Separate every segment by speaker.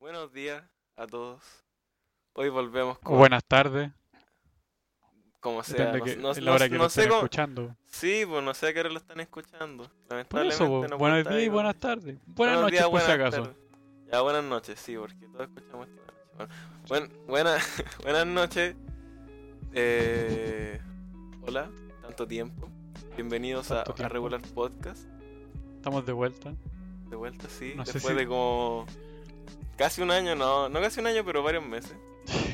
Speaker 1: Buenos días a todos. Hoy volvemos
Speaker 2: O
Speaker 1: con,
Speaker 2: buenas tardes,
Speaker 1: como sea.
Speaker 2: depende
Speaker 1: No,
Speaker 2: que,
Speaker 1: no-
Speaker 2: de
Speaker 1: no-
Speaker 2: la hora que
Speaker 1: no
Speaker 2: lo
Speaker 1: sé
Speaker 2: estén
Speaker 1: cómo.
Speaker 2: escuchando.
Speaker 1: Sí, pues no sé a qué hora lo están escuchando.
Speaker 2: Por
Speaker 1: Lamentablemente
Speaker 2: eso, po,
Speaker 1: no
Speaker 2: buenos
Speaker 1: cuenta
Speaker 2: días y
Speaker 1: ahí con-
Speaker 2: buenas tardes. Buenas
Speaker 1: Buenos
Speaker 2: noches,
Speaker 1: días,
Speaker 2: por si
Speaker 1: buenas
Speaker 2: acaso.
Speaker 1: tardes. Ya, buenas noches, sí, porque todos escuchamos esta noche. Bueno, buen- buena- buenas noches. Eh, hola, tanto tiempo. Bienvenidos a,
Speaker 2: Tanto
Speaker 1: a
Speaker 2: tiempo.
Speaker 1: Regular Podcast.
Speaker 2: Estamos de vuelta.
Speaker 1: De vuelta, sí.
Speaker 2: No sé
Speaker 1: después
Speaker 2: si-
Speaker 1: de como. Casi un año, no, no casi un año, pero varios meses.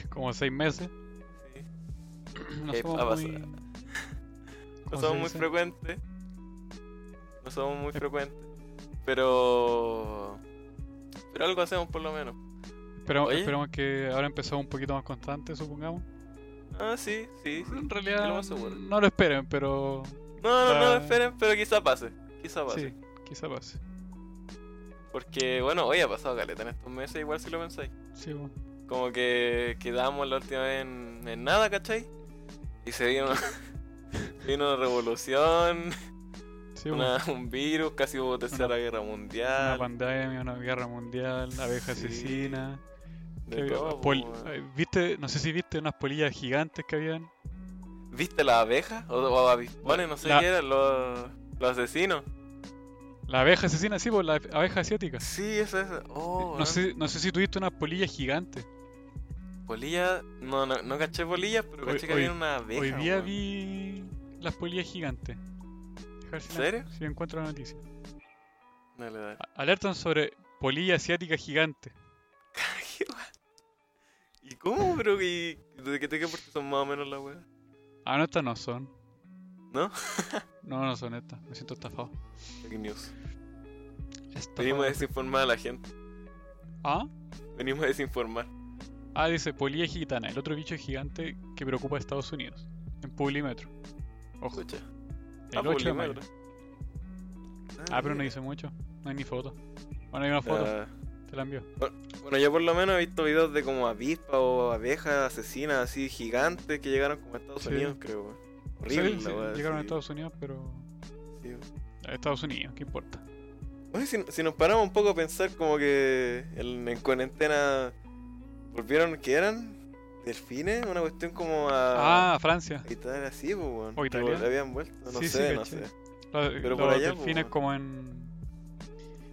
Speaker 2: Como seis meses.
Speaker 1: Sí.
Speaker 2: No
Speaker 1: ¿Qué ha
Speaker 2: somos muy...
Speaker 1: pasado?
Speaker 2: ¿cómo
Speaker 1: No
Speaker 2: se
Speaker 1: somos muy
Speaker 2: dice?
Speaker 1: frecuentes. No somos muy frecuentes. Pero. Pero algo hacemos por lo menos.
Speaker 2: Pero
Speaker 1: Oye.
Speaker 2: esperemos que ahora empezamos un poquito más constante, supongamos.
Speaker 1: Ah, sí, sí, sí.
Speaker 2: En realidad,
Speaker 1: lo más seguro.
Speaker 2: no lo esperen, pero
Speaker 1: No, no, no,
Speaker 2: Ah.
Speaker 1: esperen, pero quizá pase. Quizá pase.
Speaker 2: sí, quizá pase.
Speaker 1: Porque, bueno, hoy ha pasado caleta en estos meses, igual si lo pensáis.
Speaker 2: Sí, po.
Speaker 1: Como que quedamos la última vez en, en nada, ¿cachai? Y se vino, se vino una revolución,
Speaker 2: Sí, po.
Speaker 1: una- un virus, casi hubo tercera guerra
Speaker 2: Una
Speaker 1: mundial.
Speaker 2: pandemia, una guerra mundial, abeja
Speaker 1: Sí.
Speaker 2: asesina.
Speaker 1: de
Speaker 2: que había-
Speaker 1: todo, pues,
Speaker 2: pol-
Speaker 1: po, weón.
Speaker 2: eh, ¿Viste? No sé si viste unas polillas gigantes que habían.
Speaker 1: ¿Viste las abejas? O, o avispones, no sé
Speaker 2: La-
Speaker 1: qué eran, los, los asesinos.
Speaker 2: La abeja asesina, sí, pues la abeja asiática.
Speaker 1: Sí, eso es. Oh,
Speaker 2: No sé, no sé si tuviste unas polillas gigantes.
Speaker 1: Polillas. No, no, no caché polillas, pero
Speaker 2: Hoy-
Speaker 1: caché que
Speaker 2: hoy-
Speaker 1: había una abeja.
Speaker 2: Hoy día
Speaker 1: weón.
Speaker 2: vi las polillas gigantes. A ver si
Speaker 1: ¿En
Speaker 2: la-
Speaker 1: serio?
Speaker 2: si encuentro la noticia.
Speaker 1: Dale, dale.
Speaker 2: A- Alertan sobre polilla asiática gigante.
Speaker 1: ¿Qué wea? ¿Y cómo, bro? ¿Y de qué te qué porque son más o menos la weas?
Speaker 2: Ah, no, estas no son.
Speaker 1: ¿No?
Speaker 2: No, no son estas. Me siento estafado.
Speaker 1: Fake news.
Speaker 2: Estafado.
Speaker 1: Venimos a desinformar a la gente.
Speaker 2: Ah,
Speaker 1: Venimos a desinformar.
Speaker 2: ah, dice polilla gitana, el otro bicho gigante que preocupa a Estados Unidos. En Publimetro. Ojo,
Speaker 1: Escucha.
Speaker 2: el 8 de mayo. Ah, pero no dice mucho. No hay ni foto. Bueno, hay una foto.
Speaker 1: Ah.
Speaker 2: Te la envío.
Speaker 1: Bueno, yo por lo menos he visto videos de como avispas o abejas asesinas así gigantes que llegaron como a Estados
Speaker 2: Sí.
Speaker 1: Unidos, creo. wea.
Speaker 2: Sí,
Speaker 1: Horrible,
Speaker 2: sí,
Speaker 1: la wea,
Speaker 2: llegaron a
Speaker 1: sí.
Speaker 2: Estados Unidos, pero...
Speaker 1: Sí, wea.
Speaker 2: A Estados Unidos, ¿qué importa?
Speaker 1: Oye, si, si nos paramos un poco a pensar como que en, en cuarentena volvieron que eran delfines, una cuestión como a,
Speaker 2: Ah, Francia.
Speaker 1: a Italia así, pues, weón.
Speaker 2: ¿O
Speaker 1: Que
Speaker 2: Italia?
Speaker 1: vol- habían vuelto, no
Speaker 2: Sí, sí,
Speaker 1: sé, no
Speaker 2: caché.
Speaker 1: sé.
Speaker 2: Los,
Speaker 1: Pero
Speaker 2: los
Speaker 1: por allá, po,
Speaker 2: delfines
Speaker 1: weón.
Speaker 2: como en...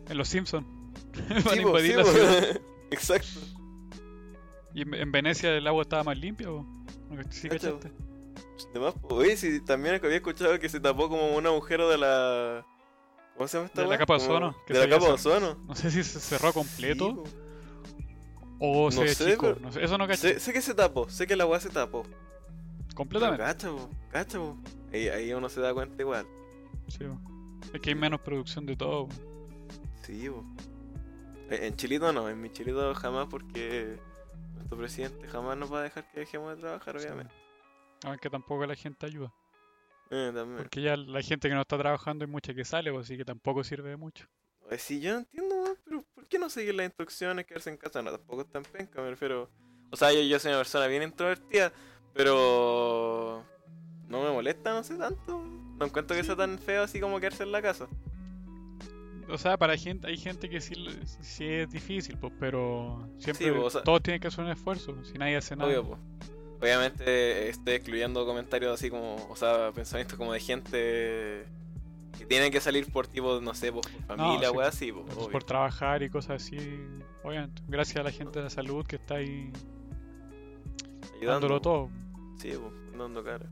Speaker 2: En los Simpsons. Van
Speaker 1: Sí,
Speaker 2: a
Speaker 1: po,
Speaker 2: invadir
Speaker 1: sí,
Speaker 2: la
Speaker 1: po.
Speaker 2: ciudad.
Speaker 1: Exacto.
Speaker 2: Y en, en Venecia el agua estaba más limpia, po. ¿No cach- ¿Sí
Speaker 1: Cacha,
Speaker 2: cachaste?
Speaker 1: Además, po, oye, sí, también había escuchado que se tapó como un agujero de la... ¿Cómo se llama esta
Speaker 2: De la
Speaker 1: weá?
Speaker 2: capa de
Speaker 1: Como-
Speaker 2: ozono, que
Speaker 1: De
Speaker 2: se
Speaker 1: la
Speaker 2: había
Speaker 1: capa de ozono.
Speaker 2: No sé si se cerró
Speaker 1: Sí,
Speaker 2: completo
Speaker 1: po.
Speaker 2: o se
Speaker 1: No sé,
Speaker 2: achicó.
Speaker 1: pero-
Speaker 2: no sé, eso no caché.
Speaker 1: sé, sé que se tapó, sé que la weá se tapó. Pero
Speaker 2: Completamente.
Speaker 1: Cacha, po, cacha, po. Ahí, ahí uno se da cuenta igual.
Speaker 2: Sí, po. Es que hay menos producción de todo. po.
Speaker 1: Sí, bo. E- En Chilito no, en mi Chilito jamás porque nuestro presidente jamás nos va a dejar que dejemos de trabajar,
Speaker 2: Sí.
Speaker 1: obviamente.
Speaker 2: Aunque tampoco la gente ayuda.
Speaker 1: Eh, también.
Speaker 2: Porque ya la gente que no está trabajando hay mucha que sale, po, así que tampoco sirve de mucho.
Speaker 1: Eh, Sí, yo no entiendo, weón, pero ¿por qué no seguir las instrucciones, quedarse en casa? No, tampoco es tan penca, me refiero. O sea, yo, yo soy una persona bien introvertida, pero no me molesta, no sé tanto. No encuentro que sea tan feo así como quedarse en la casa.
Speaker 2: O sea, para gente, hay gente que sí, le- sí es difícil, pues, pero siempre
Speaker 1: po, pues, o sea-
Speaker 2: todos tienen que hacer un esfuerzo, si nadie hace nada.
Speaker 1: Obvio, po. Obviamente eh, estoy excluyendo comentarios así como, o sea, pensamientos como de gente que tiene que salir por tipo, no sé, po, por familia,
Speaker 2: sí,
Speaker 1: weá, así, po,
Speaker 2: Pues,
Speaker 1: obvio.
Speaker 2: por trabajar y cosas así. Obviamente, gracias a la gente de la salud que está ahí dándolo
Speaker 1: po.
Speaker 2: todo.
Speaker 1: Sí, po, dando cara.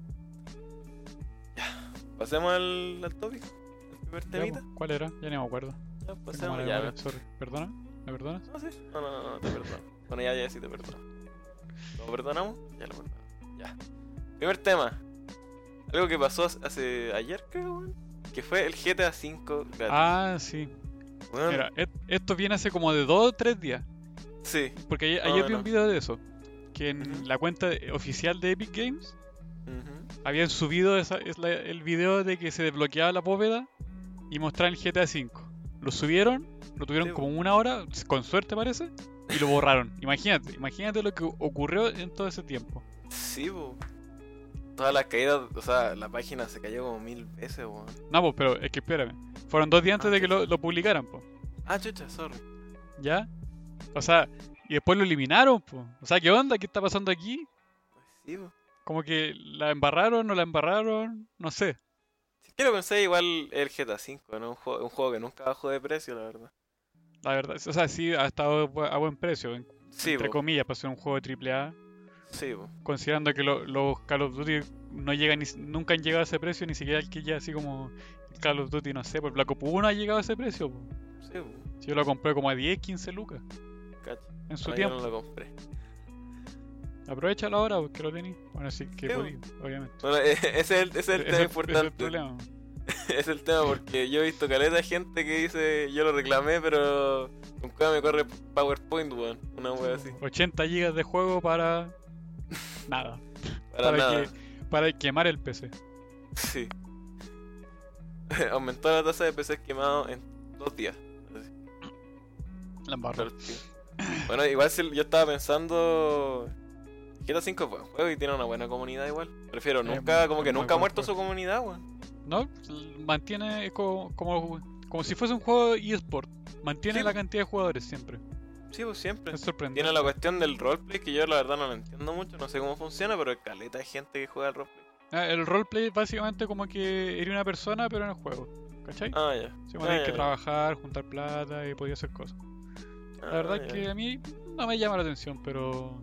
Speaker 1: Ya, pasemos al, al tópico, al primer
Speaker 2: Ya,
Speaker 1: temita.
Speaker 2: pues, ¿Cuál era? Ya ni me acuerdo.
Speaker 1: Ya,
Speaker 2: Tengo
Speaker 1: pasemos
Speaker 2: mala
Speaker 1: ya.
Speaker 2: memoria, sorry. ¿Perdona? ¿Me perdonas?
Speaker 1: No, sí. no, no, no, no, te perdono. Bueno, ya, ya, sí te perdono. ¿Lo perdonamos? Ya lo perdonamos. Ya. Primer tema. Algo que pasó hace ayer, creo, weón, Que fue el GTA V gratis.
Speaker 2: Ah, sí.
Speaker 1: Weón,
Speaker 2: Mira, et- esto viene hace como de dos o tres días.
Speaker 1: Sí.
Speaker 2: Porque ayer,
Speaker 1: Más o
Speaker 2: ayer vi
Speaker 1: menos.
Speaker 2: un video de eso. Que en
Speaker 1: Ujú.
Speaker 2: la cuenta de- oficial de Epic Games
Speaker 1: Ujú.
Speaker 2: habían subido esa- es la- el video de que se desbloqueaba la bóveda y mostraban el GTA V. Lo subieron, lo tuvieron
Speaker 1: Sí,
Speaker 2: como una hora, con suerte parece, y lo borraron. Imagínate, imagínate lo que ocurrió en todo ese tiempo.
Speaker 1: Sí, po. Todas las caídas, o sea, la página se cayó como mil veces, weón.
Speaker 2: No, pues, pero es que espérame. Fueron dos días antes
Speaker 1: Ah,
Speaker 2: de que lo, lo publicaran, pues.
Speaker 1: Ah, chucha, sorry.
Speaker 2: ¿Ya? O sea, Y después lo eliminaron, po. O sea, ¿qué onda? ¿Qué está pasando aquí?
Speaker 1: Pues Sí, po.
Speaker 2: Como que la embarraron, no la embarraron, no sé.
Speaker 1: Si quiero pensar igual el GTA V, ¿no? Un juego, un juego que nunca bajó de precio, la verdad.
Speaker 2: La verdad, o sea, sí ha estado bu- a buen precio, en-
Speaker 1: Sí,
Speaker 2: entre
Speaker 1: po.
Speaker 2: comillas, para ser un juego de AAA.
Speaker 1: Sí, po.
Speaker 2: Considerando que lo- los Call of Duty no llegan ni, nunca han llegado a ese precio, ni siquiera el que ya así como el Call of Duty, no sé, por Black Ops 1 ha llegado a ese precio. po.
Speaker 1: Sí, po.
Speaker 2: Si yo lo compré como a 10, 15 lucas
Speaker 1: Cacho.
Speaker 2: en su
Speaker 1: Ah, yo
Speaker 2: tiempo.
Speaker 1: no lo compré.
Speaker 2: Aprovechalo ahora porque lo tenéis. Bueno, sí, que
Speaker 1: Sí,
Speaker 2: podí, obviamente.
Speaker 1: Bueno, eh, ese es el, ese es el
Speaker 2: Ese-
Speaker 1: tema
Speaker 2: ese
Speaker 1: importante.
Speaker 2: Es el problema.
Speaker 1: es el tema porque yo he visto caleta de gente que dice yo lo reclamé pero nunca me corre PowerPoint weón una wea así
Speaker 2: 80 gigas de juego para. Nada.
Speaker 1: para, nada
Speaker 2: que- para quemar el PC.
Speaker 1: sí aumentó la tasa de PCs quemados en dos días
Speaker 2: La embarró.
Speaker 1: bueno igual si yo estaba pensando GTA 5 fue un juego y tiene una buena comunidad igual prefiero
Speaker 2: Es
Speaker 1: nunca
Speaker 2: muy-
Speaker 1: como que
Speaker 2: es muy
Speaker 1: nunca ha
Speaker 2: buen
Speaker 1: muerto
Speaker 2: juego.
Speaker 1: su comunidad weón
Speaker 2: No, mantiene. Es como, como, como si fuese un juego eSport. Mantiene
Speaker 1: Sí,
Speaker 2: la
Speaker 1: po.
Speaker 2: cantidad de jugadores siempre.
Speaker 1: sí pues siempre
Speaker 2: Es sorprendente.
Speaker 1: tiene la cuestión del roleplay que yo la verdad no lo entiendo mucho no sé cómo funciona pero hay caleta de gente que juega al roleplay
Speaker 2: Ah, El roleplay es básicamente como que eres una persona, pero en el juego. ¿Cachai?
Speaker 1: ah ya
Speaker 2: Sí,
Speaker 1: Ah,
Speaker 2: bueno, hay
Speaker 1: ya,
Speaker 2: que
Speaker 1: ya.
Speaker 2: trabajar, juntar plata y podía hacer cosas.
Speaker 1: Ah,
Speaker 2: La verdad
Speaker 1: ya.
Speaker 2: es que a mí no me llama la atención, pero.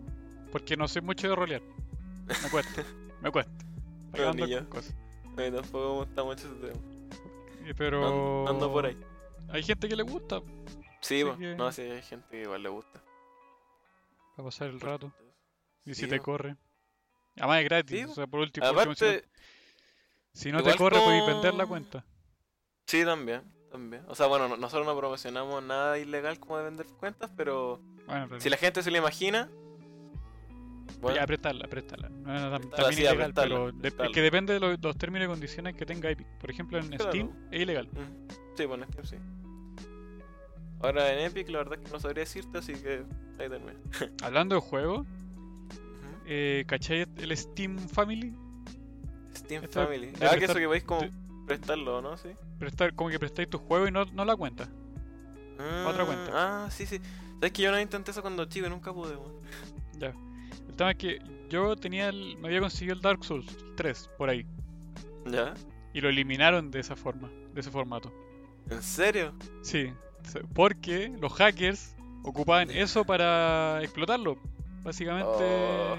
Speaker 2: Porque no soy mucho de rolear. Me cuesta, me cuesta. Ahí
Speaker 1: No,
Speaker 2: ando
Speaker 1: ni yo.
Speaker 2: con cosas.
Speaker 1: A mí tampoco me gusta mucho ese tema.
Speaker 2: Y Pero.
Speaker 1: Ando, ando por ahí.
Speaker 2: Hay gente que le gusta
Speaker 1: Sí,
Speaker 2: Así
Speaker 1: po.
Speaker 2: que-
Speaker 1: no, sí, hay gente que igual le gusta.
Speaker 2: para pasar el rato. Y
Speaker 1: Sí,
Speaker 2: si te
Speaker 1: po.
Speaker 2: corre. Además es gratis.
Speaker 1: Sí,
Speaker 2: o sea, por último, por último, si no-
Speaker 1: Aparte,
Speaker 2: si no te
Speaker 1: igual
Speaker 2: corre, podéis vender la
Speaker 1: con-
Speaker 2: cuenta.
Speaker 1: sí, también. también. O sea, bueno, no- nosotros no promocionamos nada ilegal como de vender cuentas, pero
Speaker 2: Bueno, pero.
Speaker 1: si la gente se lo imagina. Bueno,
Speaker 2: Ya, prestarla, prestarla. No, no, tam-
Speaker 1: Prestarla, sí,
Speaker 2: también es
Speaker 1: ya,
Speaker 2: ilegal,
Speaker 1: prestarla,
Speaker 2: pero de- es
Speaker 1: prestarla.
Speaker 2: que depende de los, los términos y condiciones que tenga Epic. Por ejemplo, en
Speaker 1: Claro.
Speaker 2: Steam es ilegal.
Speaker 1: mm, sí, bueno, Steam sí. Ahora en Epic, la verdad es que no sabría decirte, así que ahí termina.
Speaker 2: Hablando de juego,
Speaker 1: Ujú.
Speaker 2: eh, ¿cachai el Steam Family?
Speaker 1: Steam
Speaker 2: Esto
Speaker 1: Family.
Speaker 2: de
Speaker 1: Ah, que
Speaker 2: prestar-
Speaker 1: eso que podéis como
Speaker 2: de-
Speaker 1: prestarlo, ¿no? Sí.
Speaker 2: Prestar, como que prestáis tu juego y no, no la cuenta. Otra
Speaker 1: Ah,
Speaker 2: cuenta.
Speaker 1: Ah, sí, sí. Sabes que yo no intenté eso cuando chico y nunca pude, weón.
Speaker 2: Ya. El tema es que yo tenía el- me había conseguido el Dark Souls 3 por ahí.
Speaker 1: ¿Ya?
Speaker 2: Y lo eliminaron de esa forma, de ese formato.
Speaker 1: ¿En serio?
Speaker 2: Sí. se- Porque los hackers ocupaban eso para explotarlo. Básicamente
Speaker 1: Oh.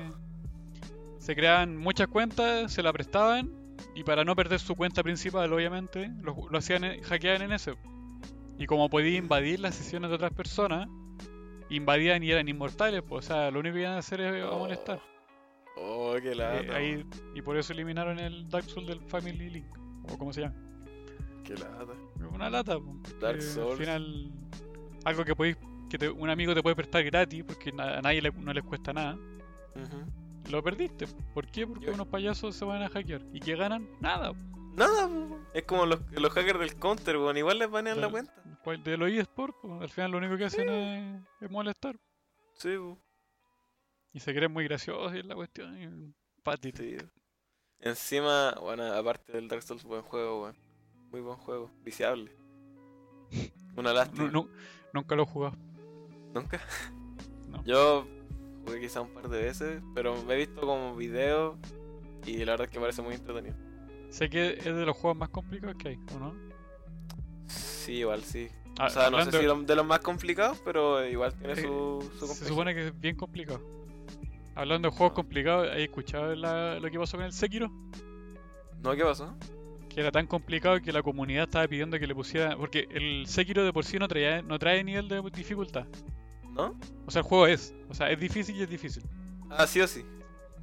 Speaker 2: se creaban muchas cuentas, se la prestaban y para no perder su cuenta principal, obviamente, lo, lo hacían en- hackeaban en eso. Y como podía invadir las sesiones de otras personas, invadían y eran inmortales, pues, o sea, lo único que iban a hacer es
Speaker 1: Oh.
Speaker 2: molestar.
Speaker 1: Oh, qué
Speaker 2: Eh,
Speaker 1: lata.
Speaker 2: ahí- y por eso eliminaron el Dark Souls del Family Link, o como se llama.
Speaker 1: weón, Qué lata.
Speaker 2: Una lata, po, porque
Speaker 1: Dark Souls.
Speaker 2: Al final, algo que podéis, que te- un amigo te puede prestar gratis, porque na- a nadie le- no les cuesta nada,
Speaker 1: Ujú.
Speaker 2: lo perdiste. ¿Por qué? Porque
Speaker 1: Yo-
Speaker 2: unos payasos se van a hackear. ¿Y que ganan? Nada. po.
Speaker 1: Nada, weón. es como los, los hackers del counter, weón. Igual les banean la
Speaker 2: Del-
Speaker 1: cuenta.
Speaker 2: cual- Pues, De los eSports, po, al final lo único que hacen es, es molestar.
Speaker 1: Sí, weón.
Speaker 2: Y se creen muy graciosos y es la cuestión. y- Patito.
Speaker 1: Sí. Encima, bueno, aparte del Dark Souls, buen juego, weón. Muy buen juego. Viciable. Una lástima.
Speaker 2: Nu- nu- nunca lo he jugado.
Speaker 1: Nunca.
Speaker 2: No.
Speaker 1: Yo jugué quizá un par de veces, pero me he visto como videos y la verdad es que parece muy entretenido.
Speaker 2: Sé que es de los juegos más complicados que hay, ¿o no?
Speaker 1: Sí, igual sí.
Speaker 2: Ah,
Speaker 1: O sea, no sé
Speaker 2: hablando-
Speaker 1: si lo- de los más complicados, pero igual tiene
Speaker 2: Eh,
Speaker 1: su, su
Speaker 2: Se
Speaker 1: complejidad.
Speaker 2: supone que es bien complicado. Hablando de juegos
Speaker 1: Ah.
Speaker 2: complicados, ¿hay escuchado la- lo que pasó con el Sekiro?
Speaker 1: ¿No? ¿Qué pasó?
Speaker 2: Que era tan complicado que la comunidad estaba pidiendo que le pusiera. Porque el Sekiro de por sí no, traía, no trae nivel de dificultad.
Speaker 1: ¿No?
Speaker 2: O sea, el juego es. O sea, es difícil y es difícil.
Speaker 1: Ah, sí o sí.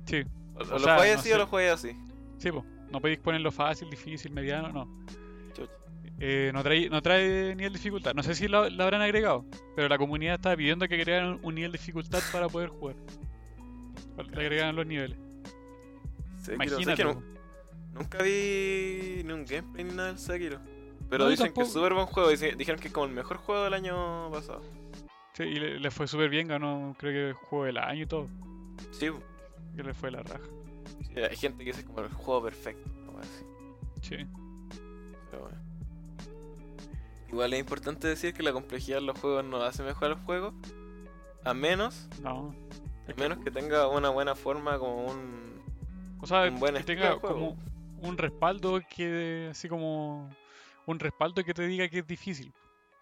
Speaker 2: Sí,
Speaker 1: O, o
Speaker 2: O
Speaker 1: lo
Speaker 2: sea,
Speaker 1: juegué
Speaker 2: no
Speaker 1: así
Speaker 2: sé.
Speaker 1: o lo juegué así.
Speaker 2: sí, po. No podéis ponerlo fácil, difícil, mediano, no.
Speaker 1: Chucha.
Speaker 2: Eh, no, trae, no trae nivel de dificultad. No sé si lo, lo habrán agregado, pero la comunidad estaba pidiendo que crearan un, un nivel de dificultad para poder jugar. Para que agregaran los niveles.
Speaker 1: Sekiro, sé
Speaker 2: Imagínate.
Speaker 1: que nu-
Speaker 2: po.
Speaker 1: nunca vi ni un gameplay ni nada del Sekiro. Pero
Speaker 2: No, yo
Speaker 1: dicen que es
Speaker 2: tampoco.
Speaker 1: súper buen juego. dice- dijeron que es como el mejor juego del año pasado.
Speaker 2: Sí, y le, le fue súper bien, ganó, creo que juego del año y todo.
Speaker 1: Sí, bu.
Speaker 2: Que le fue la raja.
Speaker 1: Sí, hay gente que dice como el juego perfecto. una wea así,
Speaker 2: Sí.
Speaker 1: pero bueno. Igual es importante decir que la complejidad de los juegos no hace mejor al juego, A menos,
Speaker 2: No.
Speaker 1: a menos que tenga una buena forma como un...
Speaker 2: O sea,
Speaker 1: un buen
Speaker 2: que tenga
Speaker 1: estilo de juego.
Speaker 2: como un respaldo que así como un respaldo que te diga que es difícil.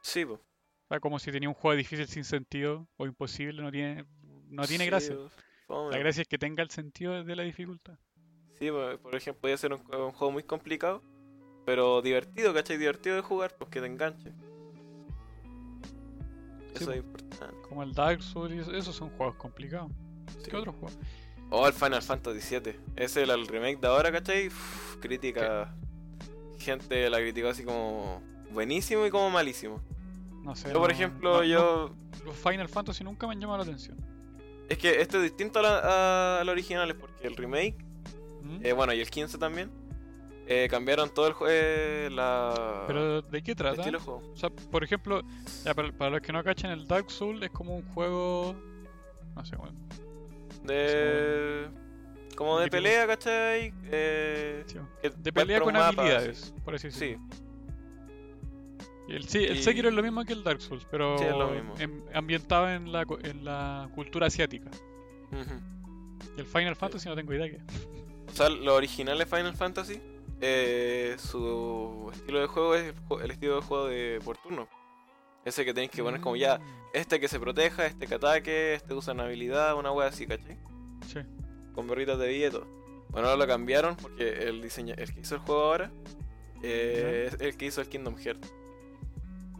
Speaker 1: Sí, po.
Speaker 2: O sea, como si tenía un juego difícil sin sentido o imposible, no tiene no tiene
Speaker 1: Sí,
Speaker 2: gracia.
Speaker 1: po. Fome.
Speaker 2: La gracia es que tenga el sentido de la dificultad.
Speaker 1: Sí, po, por ejemplo, podría ser un, jue- un juego muy complicado, pero divertido, ¿cachai? Divertido de jugar, pues que te enganche.
Speaker 2: Sí,
Speaker 1: Eso
Speaker 2: po.
Speaker 1: es importante.
Speaker 2: Como el Dark Souls, y eso- esos son juegos complicados.
Speaker 1: sí,
Speaker 2: ¿Qué
Speaker 1: po.
Speaker 2: otro juego?
Speaker 1: Oh, el Final Fantasy VII. Ese el, el remake de ahora, ¿cachai? Uf, crítica. Gente la criticó así como buenísimo y como malísimo.
Speaker 2: No sé.
Speaker 1: Yo, por
Speaker 2: no-
Speaker 1: ejemplo,
Speaker 2: no- no-
Speaker 1: yo.
Speaker 2: los Final Fantasy nunca me han llamado la atención.
Speaker 1: Es que este es distinto a la- a- al original, es porque el remake,
Speaker 2: ¿Mm?
Speaker 1: eh, bueno, y el 15 también, eh, cambiaron todo el juego. la...
Speaker 2: Pero ¿de qué
Speaker 1: el
Speaker 2: trata?
Speaker 1: estilo de juego.
Speaker 2: O sea, por ejemplo, ya, para, para los que no cachan, el Dark Souls es como un juego. No sé, bueno,
Speaker 1: De... Como de
Speaker 2: Típico.
Speaker 1: pelea, ¿cachai? Eh,
Speaker 2: sí,
Speaker 1: que
Speaker 2: De
Speaker 1: vais
Speaker 2: pelea
Speaker 1: por
Speaker 2: con
Speaker 1: un mapa,
Speaker 2: habilidades, por así
Speaker 1: Sí,
Speaker 2: decirlo. Y El, sí, el
Speaker 1: Y-
Speaker 2: Sekiro es lo mismo que el Dark Souls, pero
Speaker 1: Sí, es lo mismo.
Speaker 2: em- ambientado en la, cu- en la cultura asiática.
Speaker 1: ujú.
Speaker 2: Y el Final Fantasy no tengo idea qué. es.
Speaker 1: O sea, lo original de Final Fantasy, eh, su estilo de juego es el, ju- el estilo de juego de por turno. Ese que tenéis que poner como ya, este que se proteja, este que ataque, este que usa una habilidad, una wea así, ¿cachai?
Speaker 2: Sí.
Speaker 1: Con berritas de vida y todo. Bueno, ahora lo cambiaron porque el diseño, el que hizo el juego ahora, eh, es el que hizo el Kingdom Hearts.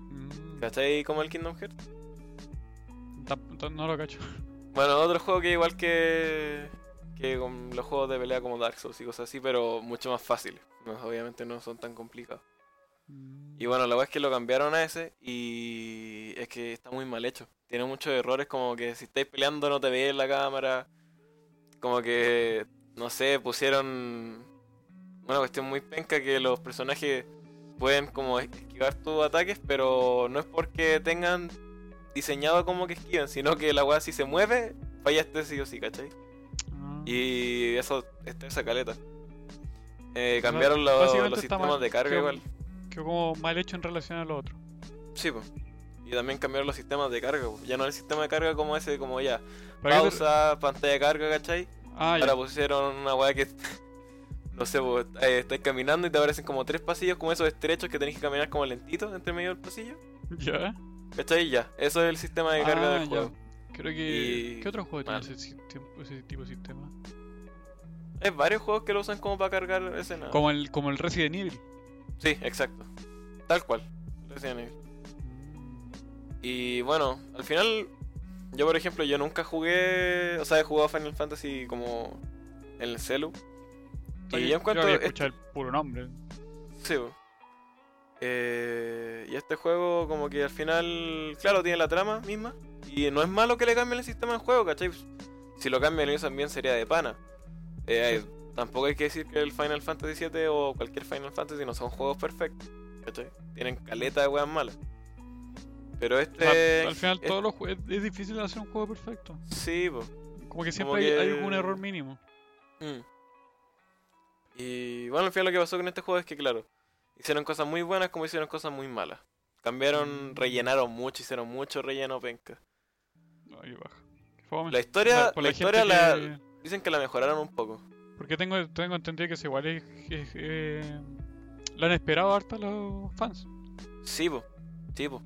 Speaker 2: Mm,
Speaker 1: ¿Cachai como el Kingdom Hearts?
Speaker 2: tamp- tam- no lo cacho.
Speaker 1: Bueno, otro juego que igual que, que con los juegos de pelea como Dark Souls y cosas así, pero mucho más fáciles. No, obviamente no son tan complicados.
Speaker 2: Mm,
Speaker 1: Y bueno, la verdad es que lo cambiaron a ese y es que está muy mal hecho. Tiene muchos errores como que si estáis peleando no te veis la cámara. Como que, no sé, pusieron una cuestión muy penca que los personajes pueden como esquivar tus ataques, pero no es porque tengan diseñado como que esquivan, sino que la weá si se mueve, fallaste sí o sí, ¿cachai?
Speaker 2: ah.
Speaker 1: Y eso está esa caleta. Eh,
Speaker 2: O sea,
Speaker 1: cambiaron lo-
Speaker 2: básicamente
Speaker 1: los
Speaker 2: está
Speaker 1: sistemas
Speaker 2: mal-
Speaker 1: de carga
Speaker 2: quedó-
Speaker 1: igual.
Speaker 2: Quedó como mal hecho en relación a lo otro.
Speaker 1: Sí, po. Y también cambiaron los sistemas de carga. po. Ya no el sistema de carga como ese, como ya.
Speaker 2: ¿Para qué te-
Speaker 1: Pausa, pantalla de carga, ¿cachai?
Speaker 2: Ah, ya.
Speaker 1: Ahora pusieron una weá que. No sé, po, eh, estáis caminando y te aparecen como tres pasillos, como esos estrechos que tenés que caminar como lentito entre medio del pasillo.
Speaker 2: ¿Ya?
Speaker 1: ¿Cachai? Ya. Eso es el sistema de carga
Speaker 2: Ah,
Speaker 1: del
Speaker 2: ya.
Speaker 1: juego.
Speaker 2: Creo que.
Speaker 1: Y-
Speaker 2: ¿Qué otro juego tiene
Speaker 1: mal.
Speaker 2: ese, sistem- ese tipo de sistema?
Speaker 1: Hay varios juegos que lo usan como para cargar escenas.
Speaker 2: Como el, como el Resident Evil.
Speaker 1: Sí, exacto. Tal cual. Resident Evil. Y bueno, al final, yo por ejemplo, yo nunca jugué, o sea, he jugado Final Fantasy como en el celu.
Speaker 2: O sea,
Speaker 1: Y yo encuentro...
Speaker 2: había
Speaker 1: este-
Speaker 2: escuchado el puro nombre.
Speaker 1: sí, po. Eh, y este juego como que al final, claro, tiene la trama misma. Y no es malo que le cambien el sistema de juego, ¿cachai? Si lo cambian y lo usan bien sería de pana. Eh, Tampoco hay que decir que el Final Fantasy VII o cualquier Final Fantasy no son juegos perfectos, ¿cachai? Tienen caleta de weas malas. Pero
Speaker 2: O sea,
Speaker 1: este...
Speaker 2: Ah, al final
Speaker 1: es-
Speaker 2: todos los jue- es difícil hacer un juego perfecto.
Speaker 1: Sí, po.
Speaker 2: Como que siempre
Speaker 1: Como
Speaker 2: hay, hay
Speaker 1: que-
Speaker 2: algún error mínimo.
Speaker 1: Mm. Y bueno, al final lo que pasó con este juego es que, claro, hicieron cosas muy buenas como hicieron cosas muy malas.
Speaker 2: Mm.
Speaker 1: Cambiaron, rellenaron mucho, hicieron mucho relleno penca.
Speaker 2: Ay, baja. Qué fome.
Speaker 1: La historia,
Speaker 2: Por
Speaker 1: la
Speaker 2: gente
Speaker 1: historia la-
Speaker 2: que-
Speaker 1: dicen que la mejoraron un poco.
Speaker 2: Porque tengo, tengo entendido que es igual. Es, es- eh, Lo han esperado harta los fans.
Speaker 1: Sí, po. Sí, po.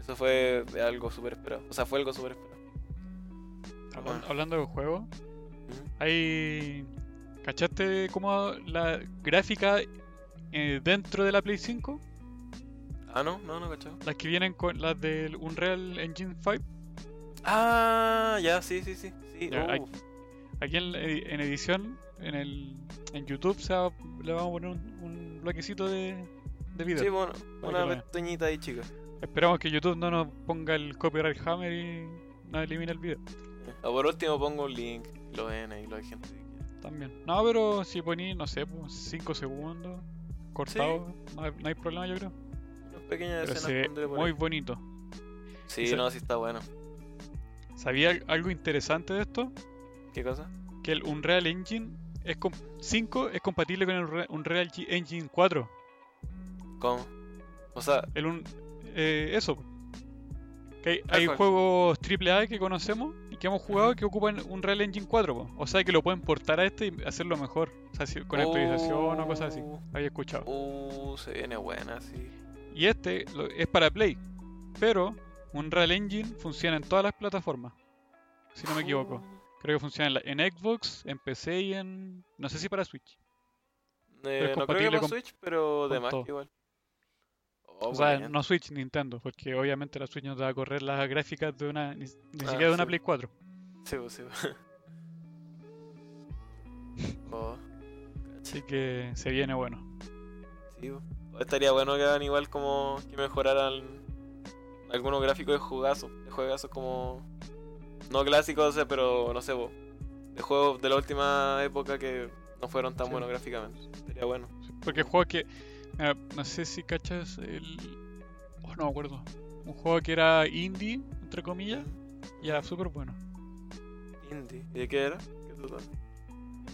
Speaker 1: Eso fue algo súper esperado. O sea, fue algo súper esperado.
Speaker 2: Hablan- Hablando de juegos, hay. ¿Cachaste como la gráfica eh, dentro de la Play 5?
Speaker 1: Ah, no, no, no, cachado.
Speaker 2: Las que vienen con las del Unreal Engine 5.
Speaker 1: Ah, ya, sí, sí, sí. sí.
Speaker 2: Ya,
Speaker 1: uh,
Speaker 2: hay- Aquí en, la edi- en edición, en el en YouTube, se va- le vamos a poner un, un bloquecito de, de video.
Speaker 1: sí, bueno,
Speaker 2: Para que
Speaker 1: una
Speaker 2: lo vean.
Speaker 1: pestañita ahí, chica.
Speaker 2: Esperamos que YouTube no nos ponga el copyright hammer y nos elimine el video
Speaker 1: O Ah, por último pongo un link, lo ven ahí, lo hay gente que quiera.
Speaker 2: también. No, pero si poní, no sé, 5 segundos cortado, no, hay, no hay problema, yo creo.
Speaker 1: Unas pequeñas
Speaker 2: Pero
Speaker 1: escenas
Speaker 2: se ve
Speaker 1: pondré por
Speaker 2: muy
Speaker 1: ahí.
Speaker 2: bonito.
Speaker 1: Sí,
Speaker 2: esa-
Speaker 1: no, sí está bueno.
Speaker 2: ¿Sabía algo interesante de esto?
Speaker 1: ¿Qué cosa?
Speaker 2: Que el Unreal Engine es 5 es compatible con el Unre- Unreal G- Engine 4.
Speaker 1: ¿Cómo? O sea,
Speaker 2: El un, eh, eso. Que hay, hay
Speaker 1: cual.
Speaker 2: juegos AAA que conocemos y que hemos jugado que ocupan un Real Engine 4, po. o sea que lo pueden portar a este y hacerlo mejor, o sea, si- con actualización o cosas así.
Speaker 1: Oh.
Speaker 2: Había escuchado.
Speaker 1: Uh, se viene buena, sí.
Speaker 2: Y este lo- es para Play, pero Unreal Engine funciona en todas las plataformas, si no me
Speaker 1: Oh.
Speaker 2: equivoco. Creo que funciona en, la- en Xbox, en PC y en... no sé si para Switch.
Speaker 1: Eh,
Speaker 2: es
Speaker 1: no creo que
Speaker 2: compatible
Speaker 1: para
Speaker 2: con-
Speaker 1: Switch, pero de
Speaker 2: con
Speaker 1: más
Speaker 2: todo.
Speaker 1: igual. Oh,
Speaker 2: o sea,
Speaker 1: buena.
Speaker 2: no Switch, Nintendo, porque obviamente la Switch no te va a correr las gráficas de una, ni, ni
Speaker 1: Ah,
Speaker 2: siquiera de una
Speaker 1: sí.
Speaker 2: Play 4.
Speaker 1: Sí, pues, sí. pues. Oh,
Speaker 2: Así que se viene bueno.
Speaker 1: sí, pues. Estaría bueno que hagan igual como que mejoraran algunos gráficos de jugazos. De juegazos como. No clásicos, o sea, pero no sé, po, de juegos de la última época que no fueron tan
Speaker 2: Sí.
Speaker 1: buenos gráficamente. Estaría bueno.
Speaker 2: Porque juego que. mira, no sé si cachas el. Oh, no me acuerdo. Un juego que era indie, entre comillas, y era súper bueno.
Speaker 1: Indie. ¿Y de qué era? ¿Qué trataba?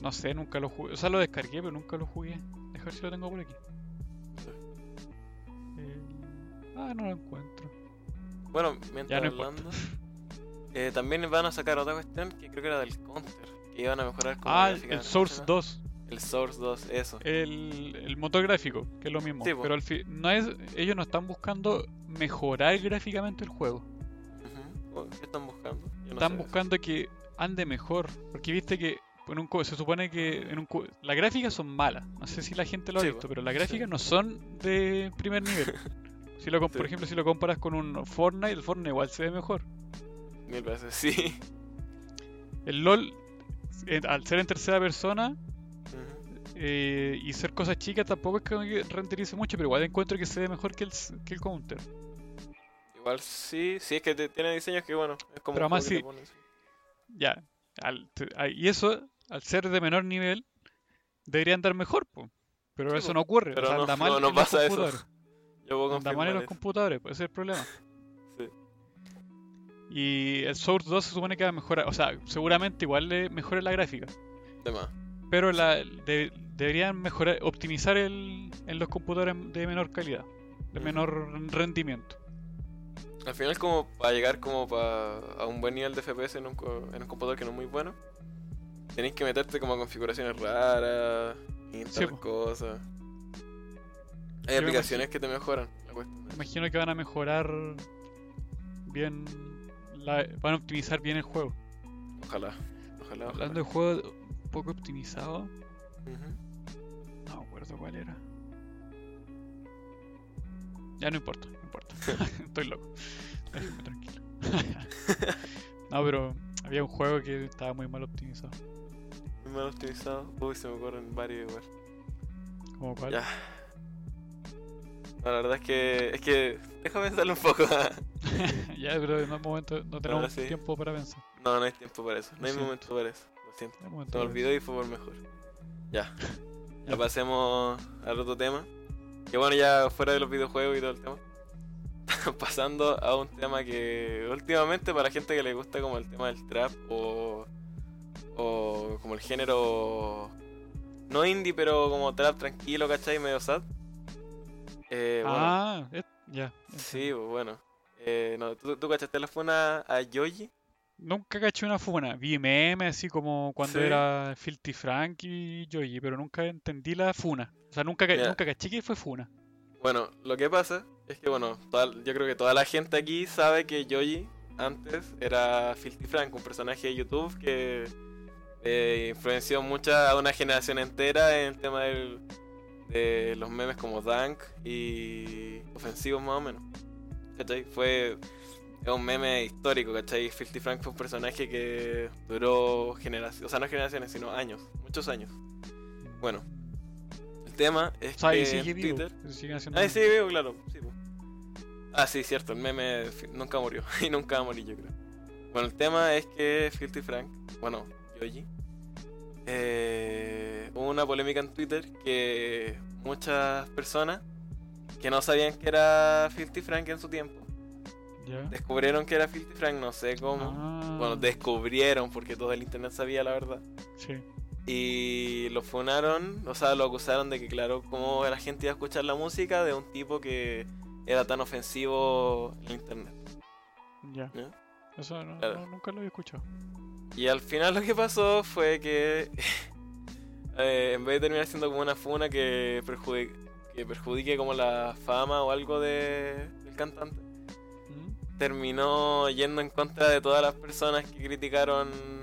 Speaker 2: No sé, nunca lo jugué. O sea, lo descargué, pero nunca lo jugué. Deja ver si lo tengo por aquí. Eh, Ah, no lo encuentro.
Speaker 1: Bueno, mientras
Speaker 2: Ya no importa.
Speaker 1: hablando, eh, también van a sacar otra cuestión que creo que era del Counter, que iban a mejorar como
Speaker 2: Ah, el
Speaker 1: gráficamente,
Speaker 2: Source
Speaker 1: ¿no?
Speaker 2: 2.
Speaker 1: El Source 2, eso.
Speaker 2: El, el motor gráfico, que es lo mismo.
Speaker 1: Sí, po.
Speaker 2: pero al fin. No es, ellos no están buscando mejorar gráficamente el juego.
Speaker 1: Ujú. Oh, ¿Qué están buscando? Yo no
Speaker 2: están
Speaker 1: sé.
Speaker 2: buscando que ande mejor. Porque viste que en un co- se supone que en un co- las gráficas son malas. No sé si la gente lo ha
Speaker 1: Sí,
Speaker 2: visto,
Speaker 1: po,
Speaker 2: pero las
Speaker 1: sí.
Speaker 2: gráficas no son de primer nivel. Si lo, com-
Speaker 1: Sí.
Speaker 2: Por ejemplo, si lo comparas con un Fortnite, el Fortnite igual se ve mejor.
Speaker 1: Mil veces, sí.
Speaker 2: El LOL, eh, al ser en tercera persona
Speaker 1: Ujú.
Speaker 2: eh, y ser cosas chicas, tampoco es que renderice mucho, pero igual encuentro que se ve mejor que el, s- que el Counter.
Speaker 1: Igual sí, sí es que te- tiene diseños que bueno, es como
Speaker 2: Pero
Speaker 1: un
Speaker 2: además
Speaker 1: juego que le ponen
Speaker 2: sí.
Speaker 1: así.
Speaker 2: Ya. al- te- a- y eso, al ser de menor nivel, deberían dar mejor, po. Pero
Speaker 1: Sí,
Speaker 2: eso
Speaker 1: po.
Speaker 2: no ocurre. o
Speaker 1: Pero
Speaker 2: sea,
Speaker 1: no,
Speaker 2: anda mal
Speaker 1: no,
Speaker 2: en
Speaker 1: no
Speaker 2: los
Speaker 1: pasa eso.
Speaker 2: computadores.
Speaker 1: Yo puedo
Speaker 2: Anda mal
Speaker 1: confirmar
Speaker 2: en los
Speaker 1: eso.
Speaker 2: computadores, pues, ese es el problema.
Speaker 1: Sí.
Speaker 2: Y el Source 2 se supone que va a mejorar, o sea, seguramente igual le mejore la gráfica,
Speaker 1: De más.
Speaker 2: pero la, de- deberían mejorar, optimizar el, en los computadores de menor calidad, de
Speaker 1: Ujú.
Speaker 2: menor rendimiento.
Speaker 1: Al final como para llegar como para a un buen nivel de FPS en un, co- en un computador que no es muy bueno, tenéis que meterte como a configuraciones raras, instalar
Speaker 2: po.
Speaker 1: cosas. Hay
Speaker 2: Yo me
Speaker 1: aplicaciones que te mejoran. la cuestión.
Speaker 2: Me imagino que van a mejorar bien, la- van a optimizar bien el juego.
Speaker 1: Ojalá. Ojalá. ojalá.
Speaker 2: Hablando de juego poco optimizado,
Speaker 1: Ujú.
Speaker 2: no me acuerdo cuál era. Ya no importa, no importa. Estoy loco. Déjame tranquilo. no, pero había un juego que estaba muy mal optimizado.
Speaker 1: Muy mal optimizado. Uy, se me ocurren varios igual.
Speaker 2: ¿Como cuál?
Speaker 1: Ya. No, la verdad es que. es que. Déjame pensarlo un poco.
Speaker 2: Ya, pero en un momento no tenemos
Speaker 1: Ahora sí.
Speaker 2: tiempo para pensar.
Speaker 1: no, no hay tiempo para eso. No
Speaker 2: Lo
Speaker 1: hay
Speaker 2: siento.
Speaker 1: momento para eso. Lo siento.
Speaker 2: En un momento
Speaker 1: Se me
Speaker 2: para
Speaker 1: olvidó y fue por mejor. Ya. Ya
Speaker 2: Ya.
Speaker 1: pasemos al otro tema. Que bueno, ya fuera de los videojuegos y todo el tema. Pasando a un tema que últimamente para la gente que le gusta como el tema del trap o, o como el género no indie pero como trap tranquilo, ¿cachai? Medio sad. Eh,
Speaker 2: pensar.
Speaker 1: bueno,
Speaker 2: Ah, et- ya.
Speaker 1: Sí, pues bueno. Eh, no, ¿tú, tú cachaste la funa a Yoji?
Speaker 2: Nunca caché una funa. Vi memes así como cuando
Speaker 1: Sí.
Speaker 2: era Filthy Frank y Joji, pero nunca entendí la funa. O sea, nunca, ca-
Speaker 1: Mira.
Speaker 2: nunca caché que fue funa.
Speaker 1: Bueno, lo que pasa es que, bueno, toda- yo creo que toda la gente aquí sabe que Yoji antes era Filthy Frank, un personaje de YouTube que eh, influenció mucha a una generación entera en el tema del- de los memes como Dank y ofensivos más o menos. ¿Cachai? Fue es un meme histórico, ¿cachai? Filthy Frank fue un personaje que duró generaciones, o sea, no generaciones, sino años, muchos años. Bueno, El tema es
Speaker 2: O sea,
Speaker 1: que
Speaker 2: y sigue
Speaker 1: en
Speaker 2: vivo.
Speaker 1: Twitter...
Speaker 2: y siguen haciendo
Speaker 1: Ah,
Speaker 2: memes.
Speaker 1: sí, vivo, claro. sí, po. Ah, sí, cierto, el meme fi- nunca murió. y nunca va a morir, yo creo. Bueno, el tema es que Filthy Frank, bueno, Yoji, eh, hubo una polémica en Twitter que muchas personas que no sabían que era Filthy Frank en su tiempo,
Speaker 2: Ya.
Speaker 1: descubrieron que era Filthy Frank, no sé cómo. Bueno,
Speaker 2: Ah,
Speaker 1: descubrieron porque todo el internet sabía la verdad.
Speaker 2: sí.
Speaker 1: Y lo funaron, o sea, lo acusaron de que, claro, cómo la gente iba a escuchar la música de un tipo que era tan ofensivo en internet.
Speaker 2: Ya.
Speaker 1: Ya.
Speaker 2: Eso no-
Speaker 1: Claro.
Speaker 2: no- nunca lo había escuchado.
Speaker 1: Y al final lo que pasó fue que eh, en vez de terminar siendo como una funa que perjudique, que perjudique como la fama o algo de- del cantante,
Speaker 2: ¿Mm?
Speaker 1: terminó yendo en contra de todas las personas que criticaron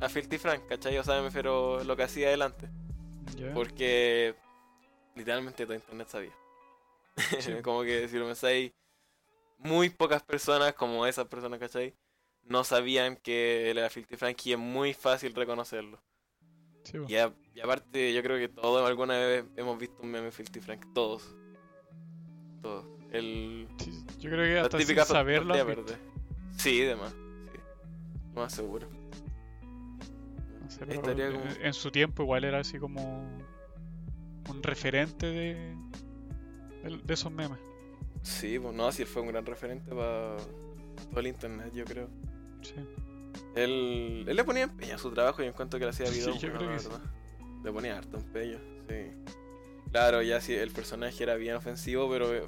Speaker 1: a Filthy Frank, ¿cachai? O sea, me refiero lo que hacía adelante.
Speaker 2: Ya.
Speaker 1: Porque literalmente todo internet sabía.
Speaker 2: Sí.
Speaker 1: como que si lo pensáis, muy pocas personas, como esas personas, ¿cachai? No sabían que él era Filthy Frank y es muy fácil reconocerlo.
Speaker 2: Sí, po.
Speaker 1: Y, a- y aparte, yo creo que todos alguna vez hemos visto un meme de Filthy Frank, todos. Todos. El,
Speaker 2: Sí, Yo creo que
Speaker 1: la
Speaker 2: hasta sin
Speaker 1: típica
Speaker 2: saberlo.
Speaker 1: tortilla
Speaker 2: has visto.
Speaker 1: verde. Sí, demás. Sí. Lo Más seguro.
Speaker 2: No sé,
Speaker 1: Ahí
Speaker 2: pero
Speaker 1: estaría
Speaker 2: en-
Speaker 1: como-
Speaker 2: en su tiempo igual era así como un referente de, del- de esos memes.
Speaker 1: Sí, pues no, sí, él fue un gran referente para todo el internet, yo creo.
Speaker 2: Sí.
Speaker 1: Él, él le ponía empeño a su trabajo y en cuanto que le hacía
Speaker 2: Sí,
Speaker 1: video,
Speaker 2: yo
Speaker 1: bueno,
Speaker 2: creo
Speaker 1: la
Speaker 2: que sí.
Speaker 1: verdad. Le ponía harto empeño, sí. Claro, ya sí, el personaje era bien ofensivo, pero eh,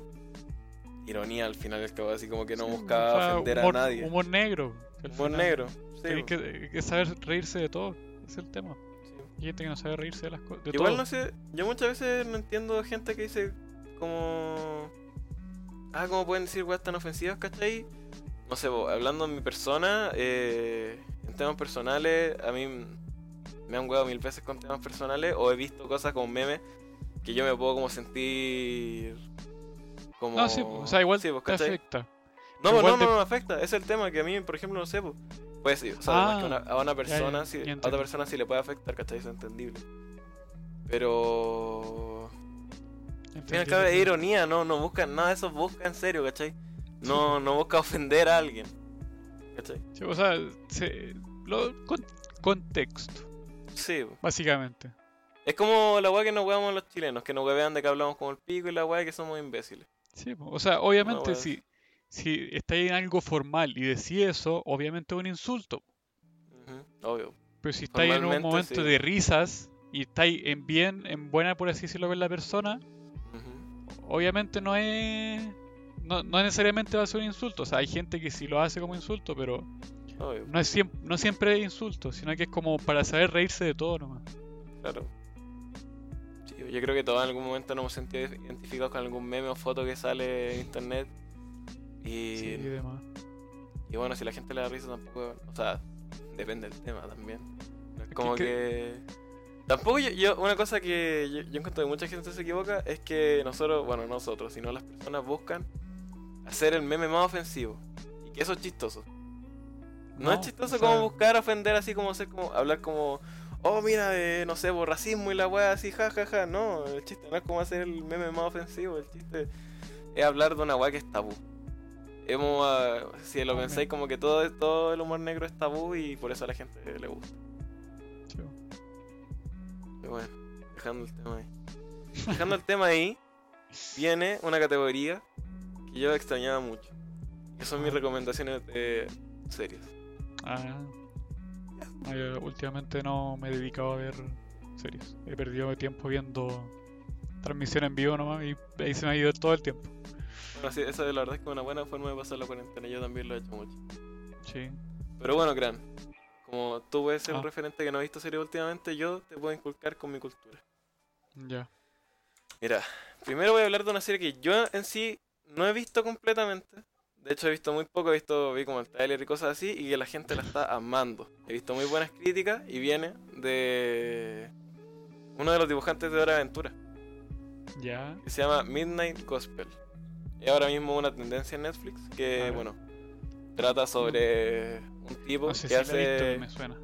Speaker 1: ironía al final del cabo, así como que no
Speaker 2: Sí,
Speaker 1: buscaba
Speaker 2: o sea,
Speaker 1: ofender
Speaker 2: humor,
Speaker 1: a nadie. Humor,
Speaker 2: Humor negro. que al final
Speaker 1: negro, sí.
Speaker 2: Tenéis
Speaker 1: po,
Speaker 2: que, hay que saber reírse de todo. Es el tema.
Speaker 1: sí.
Speaker 2: Hay gente que no sabe reírse de las cosas. de
Speaker 1: Igual
Speaker 2: todo.
Speaker 1: no sé, yo muchas veces no entiendo gente que dice como... Ah, ¿cómo pueden decir weas tan ofensivas, cachai? No sé, po, hablando en mi persona, eh, en temas personales, a mí m- me han hueado mil veces con temas personales o he visto cosas como memes que yo me puedo como sentir... Como...
Speaker 2: No, Ah, sí, po, o sea, igual
Speaker 1: Sí, po,
Speaker 2: te
Speaker 1: ¿cachai?
Speaker 2: afecta.
Speaker 1: No, po,
Speaker 2: igual
Speaker 1: no, no,
Speaker 2: te-
Speaker 1: no me afecta. Es el tema que a mí, por ejemplo, no sé, po, pues sí, o sea, además que
Speaker 2: Ah,
Speaker 1: una- a una persona,
Speaker 2: ya,
Speaker 1: sí-
Speaker 2: ya
Speaker 1: a
Speaker 2: entendí.
Speaker 1: otra persona sí le puede afectar, ¿cachai? Eso es entendible. Pero... Al fin y al
Speaker 2: Entendí,
Speaker 1: cabo es
Speaker 2: entendí.
Speaker 1: ironía, no, no buscan nada de eso, busca en serio, ¿cachai? No, no busca ofender a alguien. ¿Cachai?
Speaker 2: Sí, o sea, se- lo- con- contexto,
Speaker 1: Sí, po.
Speaker 2: básicamente.
Speaker 1: es como la weá que nos huevamos los chilenos, que nos huevean de que hablamos como el pico y la weá que somos imbéciles.
Speaker 2: Sí, po, o sea, obviamente
Speaker 1: weá.
Speaker 2: si, si está en algo formal y decís eso, obviamente es un insulto.
Speaker 1: Ujú, Obvio.
Speaker 2: Pero si estáis en un
Speaker 1: Formalmente,
Speaker 2: momento
Speaker 1: sí.
Speaker 2: de risas y estáis en bien, en buena, por así decirlo, con la persona,
Speaker 1: Ujú.
Speaker 2: obviamente no es. No, no necesariamente va a ser un insulto. O sea, hay gente que sí lo hace como insulto, pero
Speaker 1: Obvio,
Speaker 2: no, es siem- no siempre es insulto, sino que es como para saber reírse de todo nomás.
Speaker 1: claro. Sí, yo creo que todos en algún momento nos hemos sentido identificados con algún meme o foto que sale en internet. Y,
Speaker 2: Sí, y demás.
Speaker 1: y bueno, si la gente le da risa tampoco... O sea, depende del tema también. No es
Speaker 2: que-
Speaker 1: como
Speaker 2: que-
Speaker 1: que... Tampoco yo, yo- una cosa que yo, yo encuentro que mucha gente se equivoca es que nosotros, bueno, nosotros, sino las personas buscan hacer el meme más ofensivo. Y que eso es chistoso. No, es
Speaker 2: No,
Speaker 1: chistoso
Speaker 2: o sea,
Speaker 1: como buscar ofender así como hacer como hablar como, oh mira, eh, no sé, por racismo y la weá así, ja, ja, ja. No, el chiste no es como hacer el meme más ofensivo, el chiste es hablar de una weá que es tabú. Hemos, ah, si lo
Speaker 2: Hombre.
Speaker 1: pensáis, como que todo, todo el humor negro es tabú y por eso a la gente le gusta.
Speaker 2: sí.
Speaker 1: Y bueno, dejando el tema ahí. Dejando el tema ahí, viene una categoría que yo extrañaba mucho. Que son mis recomendaciones de series.
Speaker 2: Ah. No, yo últimamente no me he dedicado a ver series. He perdido mi tiempo viendo transmisión en vivo nomás y ahí se me ha ido todo el tiempo.
Speaker 1: Bueno, sí, esa la verdad es que es una buena forma de pasar la cuarentena. Yo también lo he hecho mucho.
Speaker 2: Sí.
Speaker 1: Pero bueno, Gran, como tú puedes ser
Speaker 2: Ah.
Speaker 1: un referente que no ha visto series últimamente, yo te puedo inculcar con mi cultura.
Speaker 2: Ya.
Speaker 1: Mira, primero voy a hablar de una serie que yo en sí no he visto completamente. De hecho, he visto muy poco, he visto, vi como el trailer y cosas así, y que la gente la está amando. He visto muy buenas críticas y viene de uno de los dibujantes de Hora de Aventura,
Speaker 2: Ya.
Speaker 1: que se llama Midnight Gospel. Y ahora mismo una tendencia en Netflix
Speaker 2: A
Speaker 1: que,
Speaker 2: ver.
Speaker 1: bueno, trata sobre un tipo
Speaker 2: No sé
Speaker 1: que
Speaker 2: si la he visto,
Speaker 1: hace...
Speaker 2: pero me suena.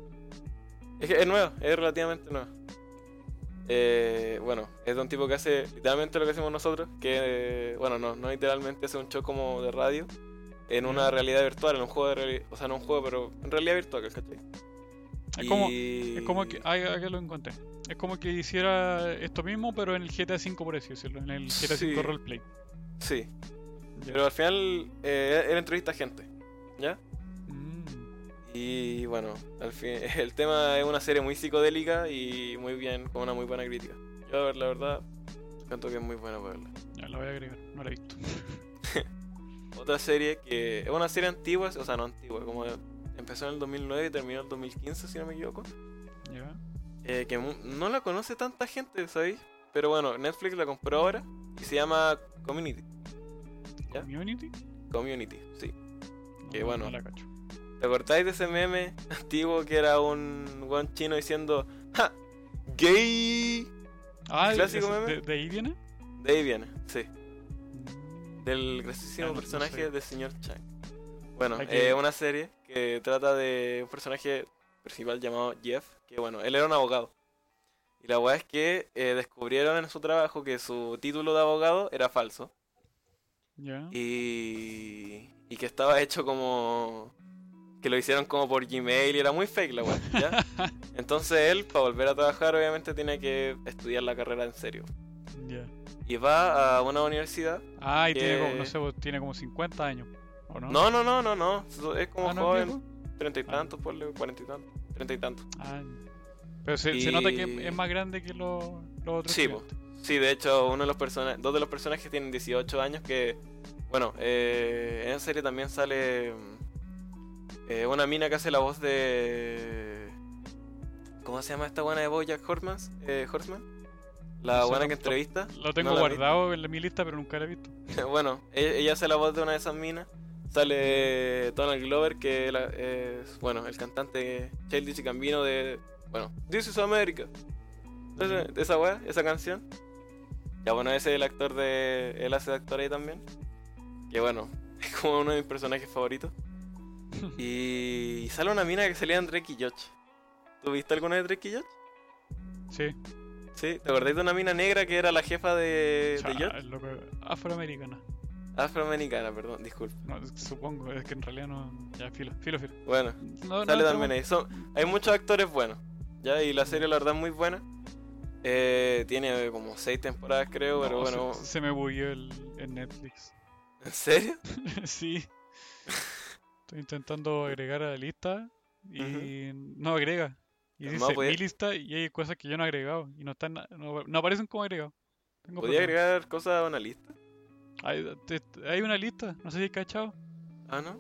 Speaker 1: Es que es nueva, es relativamente nueva. Eh, bueno, es de un tipo que hace literalmente lo que hacemos nosotros, que, eh, bueno, no, no literalmente hace un show como de radio, en una
Speaker 2: Ya.
Speaker 1: realidad virtual, en un juego de realidad, o sea, no un juego, pero en realidad virtual, ¿cachai?
Speaker 2: Es como,
Speaker 1: Y-
Speaker 2: es como que. Ah, acá lo encontré. Es como que hiciera esto mismo, pero en el GTA V, por así decirlo. En el GTA
Speaker 1: Sí.
Speaker 2: V Roleplay.
Speaker 1: Sí,
Speaker 2: Ya.
Speaker 1: pero al final eh, él entrevista a gente, ¿ya?
Speaker 2: Mm,
Speaker 1: Y bueno, al fin, el tema es una serie muy psicodélica y muy bien, con una muy buena crítica. Yo, la verdad, canto que es muy buena para verla.
Speaker 2: ya la voy a agregar. No la he visto.
Speaker 1: otra serie que es una serie antigua, o sea, no antigua, como empezó en el 2009 y terminó en el 2015, si no me equivoco.
Speaker 2: Ya.
Speaker 1: eh, que mu- no la conoce tanta gente, ¿sabéis? Pero bueno, Netflix la compró ahora y se llama Community. ¿Ya?
Speaker 2: Community.
Speaker 1: Community, sí. Que
Speaker 2: No,
Speaker 1: bueno.
Speaker 2: no la cacho.
Speaker 1: ¿Te acordáis de ese meme antiguo que era un guan chino diciendo ¡Ja! ¡Gay!
Speaker 2: Ah,
Speaker 1: ¿El clásico
Speaker 2: ¿es-
Speaker 1: meme?
Speaker 2: De, de ahí viene.
Speaker 1: De ahí viene, sí. Del
Speaker 2: Ah,
Speaker 1: graciosísimo
Speaker 2: no- no
Speaker 1: personaje
Speaker 2: sabía.
Speaker 1: del señor Chang. Bueno,
Speaker 2: Hay que-
Speaker 1: es una serie que trata de un personaje principal llamado Jeff, que bueno, él era un abogado. Y la weá es que eh, descubrieron en su trabajo que su título de abogado era falso.
Speaker 2: Ya.
Speaker 1: Y, y que estaba hecho como. que lo hicieron como por Gmail y era muy fake la web, ¿ya? Entonces él, para volver a trabajar, obviamente tiene que estudiar la carrera en serio.
Speaker 2: Ya.
Speaker 1: Y va a una universidad.
Speaker 2: Ah, y tiene como,
Speaker 1: Que-
Speaker 2: no sé, pues, tiene como 50 años. ¿O no?
Speaker 1: No, no, no, no, no. Su- Es como
Speaker 2: Ah, ¿no es
Speaker 1: joven,
Speaker 2: viejo?
Speaker 1: treinta y tantos, ponle, cuarenta y tantos, treinta y tantos.
Speaker 2: Ah, ya. Pero se, se nota
Speaker 1: Y-
Speaker 2: que es más grande que los los otros.
Speaker 1: Sí, po.
Speaker 2: estudiantes.
Speaker 1: Sí, de hecho, uno de los persona dos de los personajes tienen 18 años que. Bueno, eh, en esa serie también sale mm, eh, una mina que hace la voz de. ¿Cómo se llama esta buena de Bojack Horseman? Eh, Horseman. La
Speaker 2: No sé,
Speaker 1: buena
Speaker 2: no-
Speaker 1: que entrevista.
Speaker 2: Lo tengo
Speaker 1: la he
Speaker 2: guardado en la- mi lista, pero nunca lo he visto.
Speaker 1: bueno, e- ella hace la voz de una de esas minas. Sale Donald Glover, que la- es, bueno, el cantante Childish Gambino de, bueno, This is America. Entonces, esa weá, esa canción. Ya bueno, ese es el actor de, él hace de actor ahí también. Que bueno, es como uno de mis personajes favoritos. Y sale una mina que salía en Drake y Josh. ¿Tú viste alguna de Drake y Josh?
Speaker 2: Sí.
Speaker 1: Sí, ¿te acordáis de una mina negra que era la jefa de, de
Speaker 2: Chao,
Speaker 1: Josh?
Speaker 2: loco, afroamericana.
Speaker 1: Afroamericana, perdón, disculpe.
Speaker 2: No, supongo, es que en realidad no. Ya, filo, filo, filo.
Speaker 1: Bueno,
Speaker 2: No,
Speaker 1: Sale
Speaker 2: no,
Speaker 1: también ahí. Son- hay muchos actores buenos. ¿ya? Y la serie, la verdad, es muy buena. Eh, tiene como seis temporadas, creo, pero
Speaker 2: No, se-
Speaker 1: bueno.
Speaker 2: Se, me bugueó el, en Netflix.
Speaker 1: ¿En serio?
Speaker 2: sí. Estoy intentando agregar a la lista y no agrega. Y
Speaker 1: No,
Speaker 2: dice
Speaker 1: pues-
Speaker 2: mi lista y hay cosas que yo no he agregado y no están no, no aparecen como agregado. Tengo
Speaker 1: ¿Podía
Speaker 2: problemas.
Speaker 1: agregar cosas a una lista?
Speaker 2: Hay, te- hay una lista, no sé si he cachado.
Speaker 1: Ah, ¿no?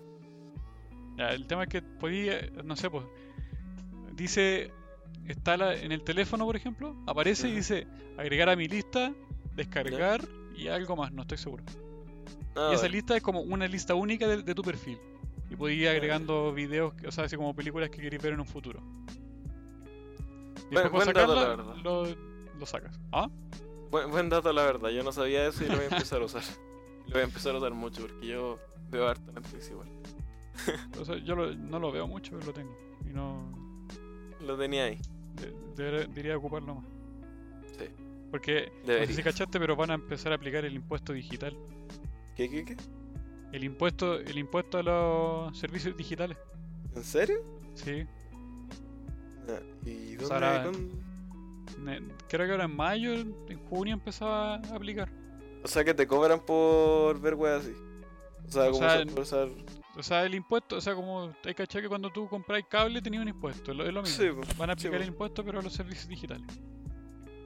Speaker 2: Ya, el tema es que podía, no sé, pues. Dice, está la- en el teléfono, por ejemplo, aparece y
Speaker 1: Ujú.
Speaker 2: dice agregar a mi lista, descargar y algo más, no estoy seguro.
Speaker 1: Ah,
Speaker 2: y esa
Speaker 1: bueno.
Speaker 2: lista es como una lista única de, de tu perfil. Y podías ir
Speaker 1: ya.
Speaker 2: agregando videos, que- o sea, así como películas que queréis ver en un futuro. Y
Speaker 1: Buen-
Speaker 2: después cuando
Speaker 1: buen dato, la
Speaker 2: sacarla,
Speaker 1: verdad.
Speaker 2: lo, lo sacas. ¿Ah?
Speaker 1: buen, buen dato, la verdad. Yo no sabía eso y lo voy a empezar a usar. Lo voy a empezar a usar mucho porque yo veo harto Netflix igual.
Speaker 2: O sea, yo lo- no lo veo mucho, pero lo tengo. Y no.
Speaker 1: Lo tenía ahí.
Speaker 2: de- deber- diría ocuparlo más.
Speaker 1: Sí.
Speaker 2: Porque, no sé si
Speaker 1: Debería.
Speaker 2: cachaste, pero van a empezar a aplicar el impuesto digital.
Speaker 1: ¿Qué, qué, qué?
Speaker 2: El impuesto, el impuesto a los servicios digitales.
Speaker 1: ¿En serio?
Speaker 2: Sí.
Speaker 1: Ah, ¿Y dónde?
Speaker 2: Sara-
Speaker 1: dónde-
Speaker 2: Ne- Creo que ahora en mayo, en junio empezaba a aplicar.
Speaker 1: O sea, que te cobran por ver weas así. O sea,
Speaker 2: O
Speaker 1: como
Speaker 2: sea,
Speaker 1: usar- por usar.
Speaker 2: O sea, el impuesto, o sea, como hay cachado que cuando tú compráis cable tenía un impuesto, lo- es lo mismo.
Speaker 1: Sí, pues.
Speaker 2: van a
Speaker 1: sí,
Speaker 2: aplicar
Speaker 1: po.
Speaker 2: el impuesto pero a los servicios digitales.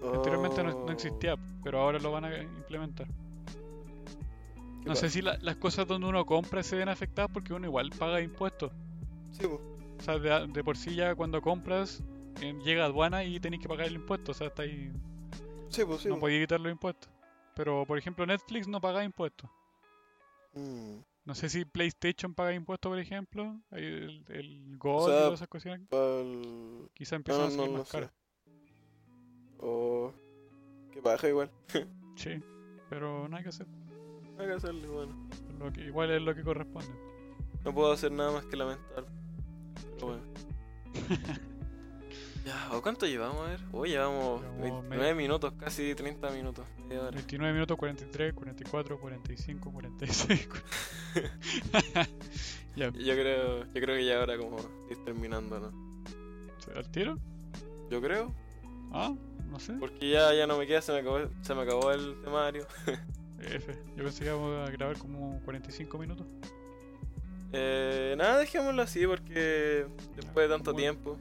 Speaker 2: Anteriormente no, no
Speaker 1: Oh.
Speaker 2: existía, pero ahora lo van a implementar.
Speaker 1: Qué
Speaker 2: No sé
Speaker 1: pa-
Speaker 2: si la- las cosas donde uno compra se ven afectadas porque uno igual paga impuestos.
Speaker 1: Sí, pues. po.
Speaker 2: O sea, de, de por sí ya cuando compras eh, llega aduana y tenéis que pagar el impuesto, o sea, está ahí,
Speaker 1: Sí, pues sí.
Speaker 2: no
Speaker 1: po.
Speaker 2: podéis evitar los impuestos. Pero por ejemplo Netflix no paga impuestos.
Speaker 1: Mm,
Speaker 2: No sé si PlayStation paga impuestos, por ejemplo. ahí El, el Gold
Speaker 1: sea,
Speaker 2: y todas esas cosas.
Speaker 1: pal-
Speaker 2: Quizá
Speaker 1: No,
Speaker 2: empiezan a
Speaker 1: ah, no,
Speaker 2: salir
Speaker 1: no
Speaker 2: más
Speaker 1: sé.
Speaker 2: caras.
Speaker 1: O. Que baja igual.
Speaker 2: Sí, pero nada que hacer.
Speaker 1: Hay que hacerle, bueno.
Speaker 2: Lo que, igual es lo que corresponde.
Speaker 1: No puedo hacer nada más que lamentar. Pero bueno. ya, ¿o cuánto llevamos? A ver. Hoy llevamos
Speaker 2: Llevamos
Speaker 1: 29
Speaker 2: media-
Speaker 1: minutos, casi 30 minutos. Media hora.
Speaker 2: 29 minutos 43, 44, 45, 46. ya,
Speaker 1: Yo creo, yo creo que ya ahora como ir terminando, ¿no?
Speaker 2: ¿se da el tiro?
Speaker 1: Yo creo,
Speaker 2: Ah, no sé.
Speaker 1: porque ya, ya no me queda, se me acabó, se me acabó el temario.
Speaker 2: F. Yo pensé que íbamos a grabar como 45 minutos.
Speaker 1: Eh, nada, dejémoslo así porque después de tanto
Speaker 2: Bueno.
Speaker 1: tiempo.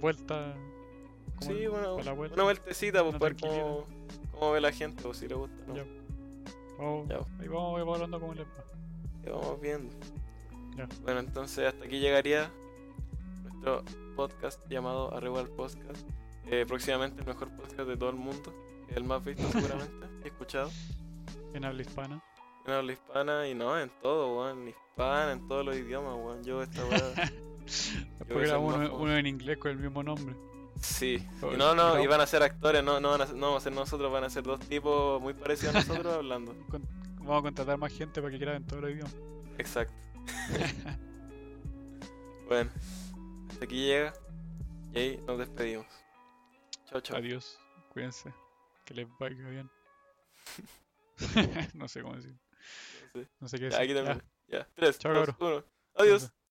Speaker 2: Vuelta. como
Speaker 1: Sí,
Speaker 2: el-
Speaker 1: una,
Speaker 2: pa' la vuelta.
Speaker 1: una vueltecita pues,
Speaker 2: Una
Speaker 1: para ver cómo, cómo ve la gente o si le gusta. ¿no?
Speaker 2: Ya. Vamos-
Speaker 1: Ya.
Speaker 2: Ahí vamos, vamos hablando como les va.
Speaker 1: Ya vamos viendo.
Speaker 2: Ya.
Speaker 1: Bueno, entonces hasta aquí llegaría nuestro podcast llamado Arriba el Podcast. Eh, próximamente el mejor podcast de todo el mundo. El más visto seguramente. He escuchado.
Speaker 2: en habla hispana.
Speaker 1: En habla hispana y no, en todo, weón. En hispana, en todos los idiomas, weón. Yo esta weá. voy a
Speaker 2: Después
Speaker 1: ser
Speaker 2: grabamos
Speaker 1: más
Speaker 2: uno, uno
Speaker 1: famoso.
Speaker 2: en inglés con el mismo nombre.
Speaker 1: Sí. Y
Speaker 2: Joder,
Speaker 1: no, no,
Speaker 2: pero-
Speaker 1: y van a ser actores, no, no van a ser, no vamos a ser nosotros, van a ser dos tipos muy parecidos a nosotros hablando.
Speaker 2: Con- Vamos a contratar más gente para que graben todos los idiomas.
Speaker 1: Exacto. bueno, hasta aquí llega. Y ahí nos despedimos. Chao, chao.
Speaker 2: Adiós. Cuídense. Que les vaya bien. no sé cómo decir.
Speaker 1: Sí.
Speaker 2: No sé qué
Speaker 1: Ya,
Speaker 2: decir.
Speaker 1: aquí
Speaker 2: Ya.
Speaker 1: también. Ya, 3,
Speaker 2: Chao,
Speaker 1: 2,
Speaker 2: cabro.
Speaker 1: 1. Adiós.
Speaker 2: Nos